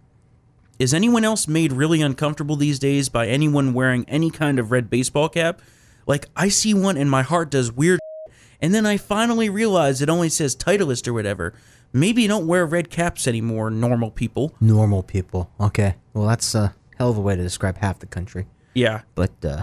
"Is anyone else made really uncomfortable these days by anyone wearing any kind of red baseball cap? Like I see one and my heart does weird and then I finally realized it only says Titleist or whatever. Maybe you don't wear red caps anymore, normal people.
Normal people. Okay. Well, that's a hell of a way to describe half the country.
Yeah.
But uh,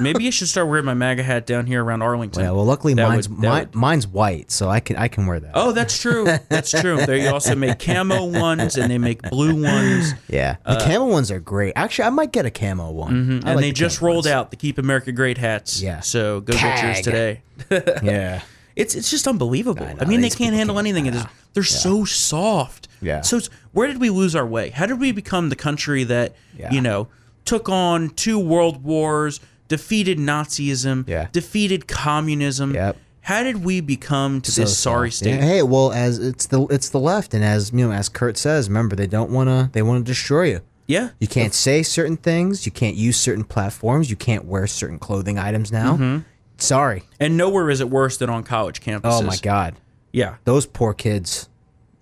Maybe I should start wearing my MAGA hat down here around Arlington.
yeah, well, luckily
That
mine's
would- that
mi-
would-
mine's white, so I can I can wear that.
oh, that's true. That's true. They also make camo ones and they make blue ones.
yeah. The camo ones are great. Actually, I might get a camo one. I
Uh, Mm-hmm. and
like
they
the
just
camo
rolled
ones.
out the Keep America Great hats.
Yeah.
So go get yours
Tag.
today.
Yeah.
It's it's just unbelievable. I,
know,
mean, they
these
can't
people
handle
can't-
anything. It is- They're so soft.
Yeah.
So it's- where did we lose our way? How did we become the country that
Yeah.
you know took on two world wars, defeated Nazism,
Yeah.
defeated communism?
Yep.
How did we become to this sorry state?
Yeah, Hey, well, as it's the it's the left, and as you know, as Kurt says, remember they don't want to they want to destroy you.
Yeah.
You can't say certain things. You can't use certain platforms. You can't wear certain clothing items now. Sorry.
And nowhere is Mm-hmm. it worse than on college campuses.
Oh my God,
Yeah.
those poor kids.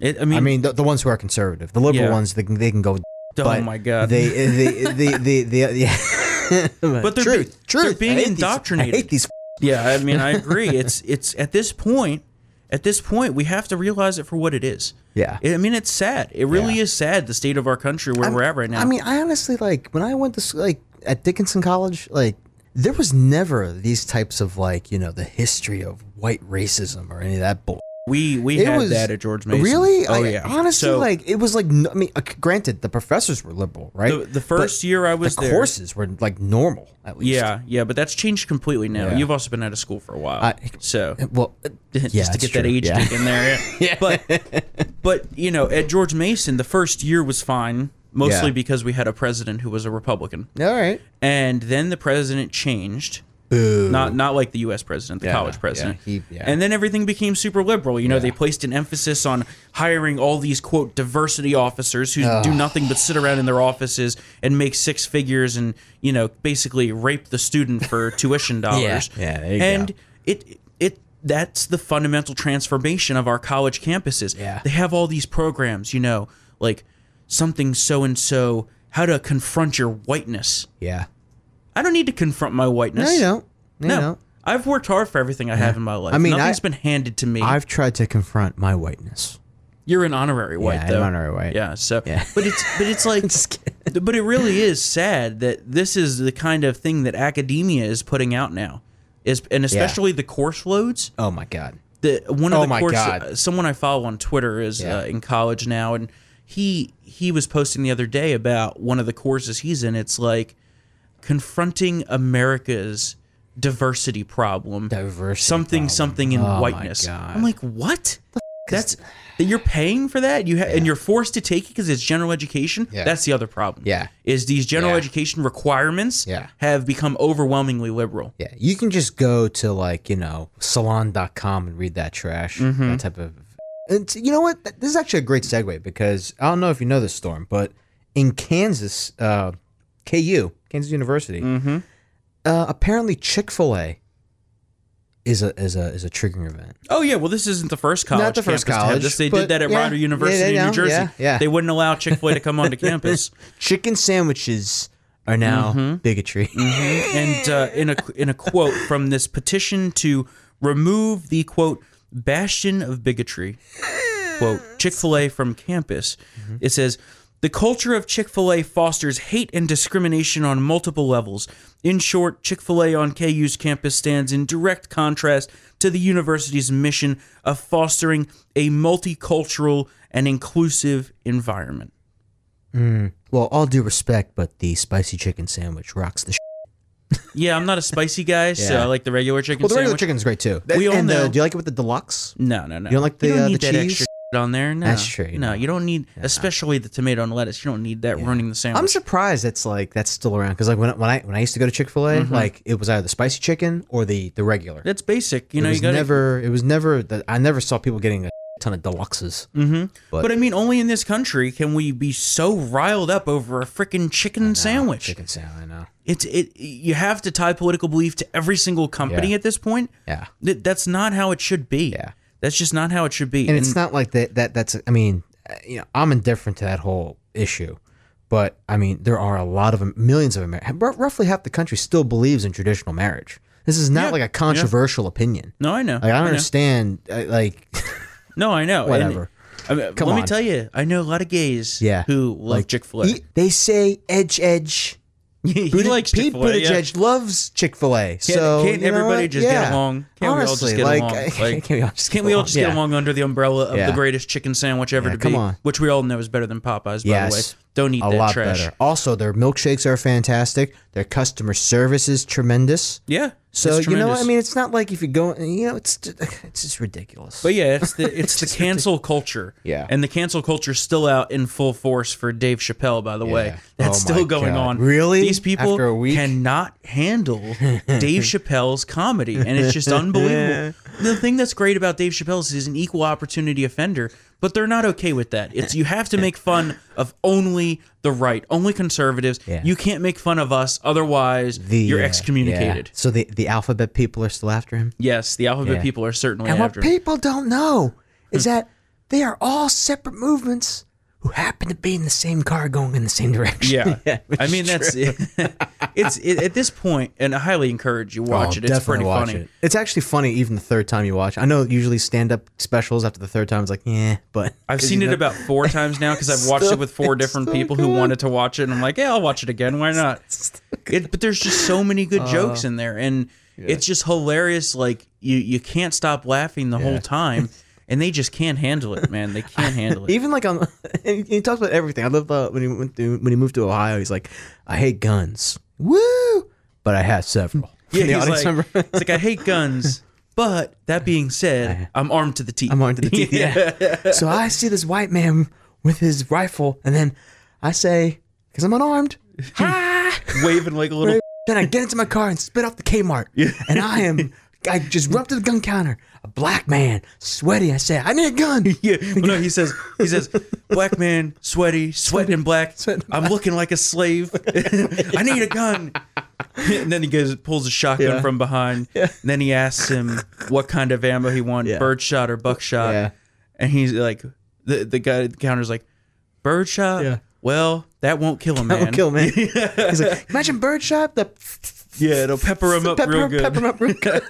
It, I mean.
I mean, the, the ones who are conservative, the liberal
Yeah.
ones, they can they can go.
oh
but
my God.
They they they they, they yeah.
but they're
truth,
be-
truth.
They're being
I hate these-
indoctrinated.
I hate these.
Yeah, I mean, I agree. It's it's at this point, at this point, we have to realize it for what it is.
Yeah.
I mean, it's sad. It really
Yeah.
is sad the state of our country where we're at right now.
I mean, I honestly like when I went to s- like at Dickinson College, like there was never these types of like you know the history of white racism or any of that bull.
we we
It
had
was
that at George Mason.
Really?
Oh
I-
yeah.
Honestly,
So,
like it was like n- I mean, uh, granted, the professors were liberal, right?
the, the first year I was
the
there.
courses were like normal at least.
Yeah, yeah, but that's changed completely now.
Yeah.
You've also been out of school for a while,
I-
so
Well, uh, yeah,
just to
that's
get that
true.
age
Yeah.
kick in there. Yeah. But but you know, at George Mason, the first year was fine, mostly
Yeah.
because we had a president who was a Republican.
All right.
and then the president changed. Not not like the U.S. president, the college president.
yeah, he- yeah.
And then everything became super liberal. You know, they placed an emphasis on hiring all these quote diversity officers who do nothing but sit around in their offices and make six figures and you know basically rape the student for tuition dollars.
Yeah, there you go.
and it it that's the fundamental transformation of our college campuses.
Yeah.
They have all these programs, you know, like something so and so, how to confront your whiteness.
Yeah.
I don't need to confront my whiteness.
No, you don't. No,
No.
you don't.
I've worked hard for everything I have in my life. I
I
mean,
mean,
nothing's
I-
been handed to me.
I've tried to confront my whiteness.
You're an honorary white,
I'm
though.
honorary white.
Yeah. So, but it's but it's like, but it really is sad that this is the kind of thing that academia is putting out now, is and especially the course loads.
Oh my god.
the one of
Oh
the
my
course
God.
uh, someone I follow on Twitter is
Yeah.
uh, in college now, and he he was posting the other day about one of the courses he's in. It's like confronting America's diversity problem,
Diversity
something
problem.
something in
Oh my
whiteness.
God.
I'm like, what? That's that you're paying for that. You ha- and you're forced to take it because it's general education.
Yeah.
That's the other problem.
Yeah.
is these general
Yeah.
education requirements
Yeah.
have become overwhelmingly liberal.
Yeah, you can just go to like, you know, salon.com and read that trash,
Mm-hmm.
that type of. And you know what? This is actually a great segue because I don't know if you know this storm, but in Kansas, uh, KU, Kansas University,
Mm.
uh, apparently Chick Fil A is a is a is a triggering event.
Oh yeah, well this isn't the first college.
Not the
campus
first
to have
college,
this. They did
but
that at
yeah,
Rider
yeah,
University
they
in New
know,
Jersey.
yeah, yeah.
They wouldn't allow Chick Fil A to come onto campus.
Chicken sandwiches are now
Mm-hmm.
bigotry.
Mm. And uh, in a in a quote from this petition to remove the quote bastion of bigotry, quote Chick Fil A from campus, it says. The culture of Chick fil A fosters hate and discrimination on multiple levels. In short, Chick fil A on KU's campus stands in direct contrast to the university's mission of fostering a multicultural and inclusive environment.
Well, all due respect, but the spicy chicken sandwich rocks the. Sh-
Yeah, I'm not a spicy guy, so
Yeah.
I like the regular chicken
well, the regular
sandwich.
chicken's great too.
We all
and the-
know-
do you like it with the deluxe?
no, no, no.
You don't like the, uh,
need
the
that
cheese?
extra shit on there. No,
That's true, you
No,
know.
you don't need, especially the tomato and lettuce. You don't need that ruining the sandwich.
I'm surprised it's like that's still around because like when, when I when I used to go to Chick Fil A,
Mm-hmm.
like it was either the spicy chicken or the the regular.
That's basic. You
it
know,
was
you got to
never. It was never. The, I never saw people getting a ton of deluxes.
Mm. But, I mean, only in this country can we be so riled up over a freaking chicken sandwich.
Chicken sandwich. I know.
It's it. You have to tie political belief to every single company
Yeah.
at this point.
Yeah.
Th- that's not how it should be.
Yeah.
that's just not how it should be.
and it's not like that that that's i mean uh, you know i'm indifferent to that whole issue but i mean there are a lot of millions of americans roughly half the country still believes in traditional marriage this is not
Yeah,
like a controversial opinion
no, I know.
like i don't
know.
understand uh, like
No, I know. And-
Whatever.
I mean,
Come
let me
on.
tell you, I know a lot of gays.
Yeah.
who love
Like,
Chick Fil A.
e- they say edge edge
He,
Buttig-
likes
Pete
Chick Fil A. Yeah.
Buttigieg loves Chick Fil A. So
can't
you know
everybody
what?
just get
Yeah.
along? Can't we all just
Honestly,
get
like,
along? Like,
can't we all just
Can't we all just get
Yeah.
along under the umbrella of
Yeah.
the greatest chicken sandwich ever
Yeah,
to be?
come on.
Which we all know is better than Popeyes, by
Yes.
the way. Don't eat
A
that
lot
trash.
better. Also, their milkshakes are fantastic. Their customer service is tremendous.
Yeah.
So
it's
you know, I
tremendous.
mean, it's not like if you go, you know, it's ju- it's just ridiculous.
But yeah, it's the it's the cancel culture.
Yeah.
And the cancel culture's still out in full force for Dave Chappelle, by the way.
Yeah.
That's
Oh my
still going
God.
on.
Really?
These people
After a week?
cannot handle Dave Chappelle's comedy. And it's just unbelievable. the thing that's great about Dave Chappelle is he's an equal opportunity offender, but they're not okay with that. It's you have to make fun of only the right, only conservatives.
Yeah.
You can't make fun of us, otherwise you're
uh,
excommunicated.
yeah. So the the alphabet people are still after him.
Yes, the alphabet
Yeah.
people are certainly
And what
after him. Hmm.
people don't know is that they are all separate movements who happen to be in the same car going in the same direction.
Yeah,
which
I
is
mean
true.
that's it's it, at this point, and I highly encourage you
Oh,
watch it. It's pretty funny.
It's actually funny even the third time you watch. I know usually stand up specials after the third time it's like, yeah, but
I've
'cause
seen
you
it
know-
about four times now because I've watched it
still-
with four
it's
different
so
people who
good.
wanted to watch it, and I'm like, yeah, I'll watch it again. Why not? It, but there's just so many good
Uh,
jokes in there, and it's just hilarious. Like you, you can't stop laughing the whole time, and they just can't handle it, man. They can't handle it.
Even like on, and he talks about everything. I love the when he went to, when he moved to Ohio. He's like, I hate guns. Woo! But I have several.
Yeah,
The
he's like,
audience member-
it's like I hate guns, but that being said, I'm armed to the teeth.
I'm armed to the teeth. Yeah. so I see this white man with his rifle, and then I say, because I'm unarmed, hi.
waving like a little
then I get into my car and spit off the Kmart, and I am. I just run up to the gun counter. A black man, sweaty. I say, I need a gun.
Yeah, well, no, he says he says black man, sweaty, sweating in black. I'm looking like a slave. I need a gun. and then he goes pulls a shotgun
Yeah.
from behind. And then he asks him what kind of ammo he wanted,
Yeah.
birdshot or buckshot.
Yeah.
And he's like the the guy at the counter's like, birdshot?
Yeah.
Well, that won't kill a man.
Don't kill me. He's like, imagine birdshot. The
Yeah, it'll pepper him up
pepper,
real good.
pepper him up real good.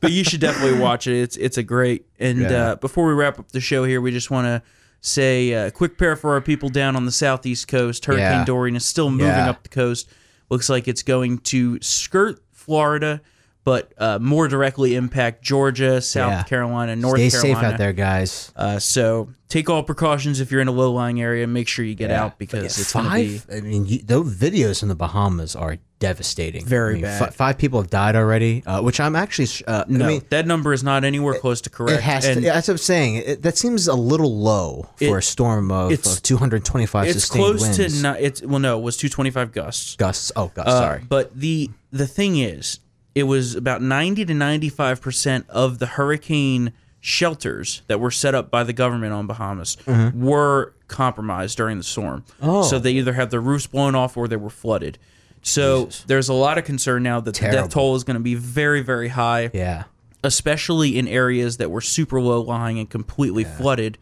but you should definitely watch it. It's it's a great. And
Yeah.
uh, before we wrap up the show here, we just want to say a quick prayer for our people down on the southeast coast. Hurricane
Yeah.
Dorian is still moving
Yeah.
up the coast. Looks like it's going to skirt Florida, but uh, more directly impact Georgia, South
Yeah.
Carolina, North
Stay
Carolina.
safe out there, guys.
Uh, so take all precautions if you're in a low lying area. Make sure you get out because it's going to be.
five. I mean, you, those videos in the Bahamas are devastating.
Very
I mean,
bad.
fi- five people have died already, uh, which I'm actually. sh- Uh,
No,
I mean,
that number is not anywhere close to correct.
it has to,
and
that's what I'm saying. It, that seems a little low for a storm of,
it's-
of 225
it's
sustained
close
winds.
to not. It's well, no, it was 225 gusts.
gusts. Oh, gusts.
Uh,
sorry.
But the the thing is, it was about ninety to ninety five percent of the hurricane shelters that were set up by the government on Bahamas were compromised during the storm.
Mm-hmm. Oh.
So they either had their roofs blown off or they were flooded. So there's a lot of concern now that the
Terrible.
death toll is going to be very, very high
Yeah.
especially in areas that were super low lying and completely flooded.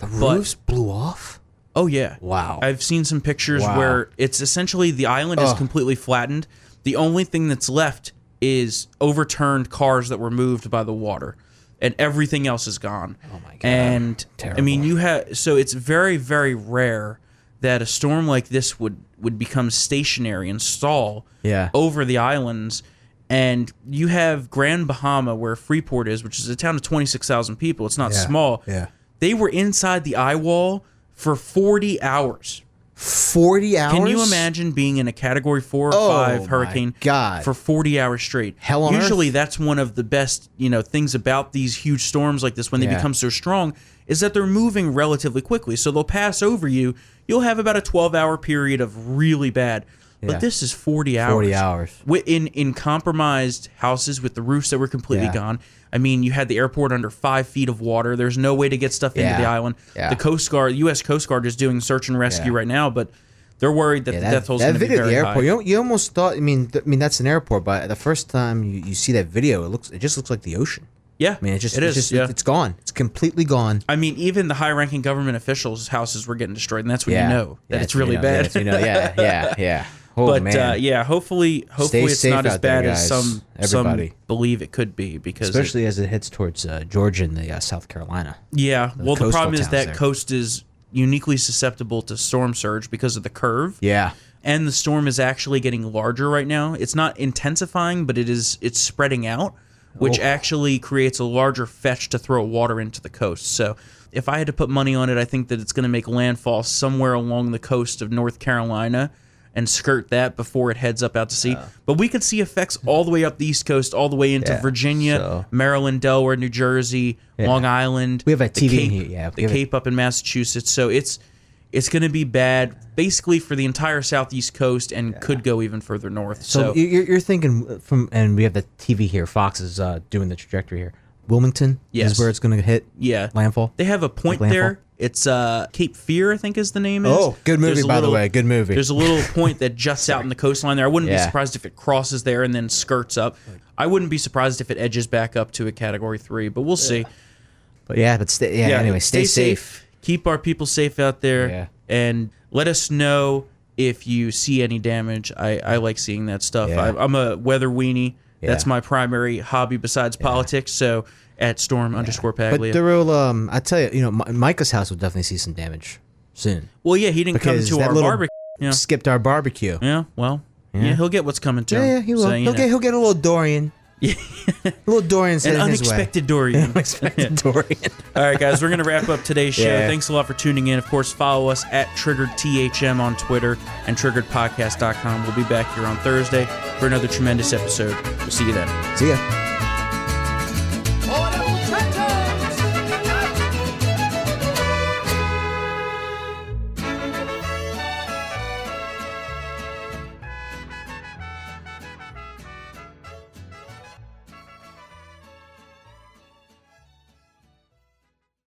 The roofs blew off.
Oh yeah.
Wow.
I've seen some pictures
Wow.
where it's essentially the island is completely flattened. The only thing that's left is overturned cars that were moved by the water. And everything else is gone. Oh
my God.
And I
Terrible.
mean you have so it's very, very rare that a storm like this would would become stationary and stall
Yeah.
over the islands. And you have Grand Bahama, where Freeport is, which is a town of 26,000 people. It's not
Yeah,
small.
yeah.
They were inside the eye wall for 40 hours.
40 hours?
Can you imagine being in a Category 4 or
Oh,
5
my
hurricane
God.
for 40 hours straight?
Hell on
Usually that's one of the best, you know, things about these huge storms like this when they
Yeah.
become so strong is that they're moving relatively quickly. So they'll pass over you. You'll have about a 12-hour period of really bad.
Yeah.
But this is 40 hours.
40 hours.
Wi- In in compromised houses with the roofs that were completely
Yeah.
gone. I mean, you had the airport under five feet of water. There's no way to get stuff
Yeah.
into the island.
Yeah.
The Coast Guard, U.S. Coast Guard, is doing search and rescue
Yeah.
right now, but they're worried that
Yeah,
the death toll is going to be
video
very
at the airport.
high.
You, you almost thought. I mean, th- I mean that's an airport, but the first time you, you see that video, it looks it just looks like the ocean.
Yeah,
I mean, it just
it
it's
is.
just-
yeah.
it's gone. It's completely gone.
I mean, even the high-ranking government officials' houses were getting destroyed, and that's when you know that
Yeah,
it's
you
really
know,
bad.
Yeah, you know, yeah, yeah, yeah. Oh
but
man,
uh, yeah, hopefully, hopefully it's
safe
not as
out there,
bad as
guys.
some
Everybody.
some believe it could be because it-
especially as it heads towards uh, Georgia and the uh, South Carolina.
Yeah. well, the
coastal
problem is
towns
that
there.
coast is uniquely susceptible to storm surge because of the curve.
Yeah,
And the storm is actually getting larger right now. It's not intensifying, but it is it's spreading out,
Oh.
which actually creates a larger fetch to throw water into the coast. So, if I had to put money on it, I think that it's going to make landfall somewhere along the coast of North Carolina and skirt that before it heads up out to sea. but we could see effects all the way up the east coast, all the way into
Yeah,
Virginia,
so-
Maryland, Delaware, New Jersey, Long Island.
We have a
the
TV in
Cape,
here, yeah. We
the
have a-
Cape up in Massachusetts. So it's it's going to be bad, basically for the entire southeast coast, and could go even further north.
so,
So,
you you're, you're thinking from, and we have the TV here. Fox is uh, doing the trajectory here. Wilmington
Yes.
is where it's going to hit
yeah,
landfall.
they have a point
Like landfall?
there. It's uh, Cape Fear, I think, is the name. Is.
Oh, good movie,
There's a
by the
little-
way. Good movie.
There's a little point that juts out in the coastline there. I wouldn't be
Yeah.
surprised if it crosses there and then skirts up. I wouldn't be surprised if it edges back up to a Category Three, but we'll see.
But yeah, but stay, yeah, Anyway, stay, safe.
Keep our people safe out there.
Yeah.
And let us know if you see any damage. I, I like seeing that stuff.
Yeah.
I, I'm a weather weenie. That's
Yeah.
my primary hobby besides politics. So at storm underscore
But
Paglia.
the real, um, I tell you, you know, Mi- Micah's house will definitely see some damage soon.
well, yeah, he didn't come
because
to
that
our
little-
barbecue. Yeah.
Skipped our barbecue.
yeah, well, yeah. he'll get what's coming to
Yeah,
him.
yeah, he will.
So, you
he'll,
know.
get, he'll get a little Dorian. a little Dorian
an
sent in his way.
unexpected Dorian.
unexpected Dorian.
All right, guys, we're going to wrap up today's show.
Yeah.
Thanks a lot for tuning in. Of course, follow us at TriggeredTHM on Twitter and TriggeredPodcast.com. We'll be back here on Thursday for another tremendous episode. We'll see you then.
see ya.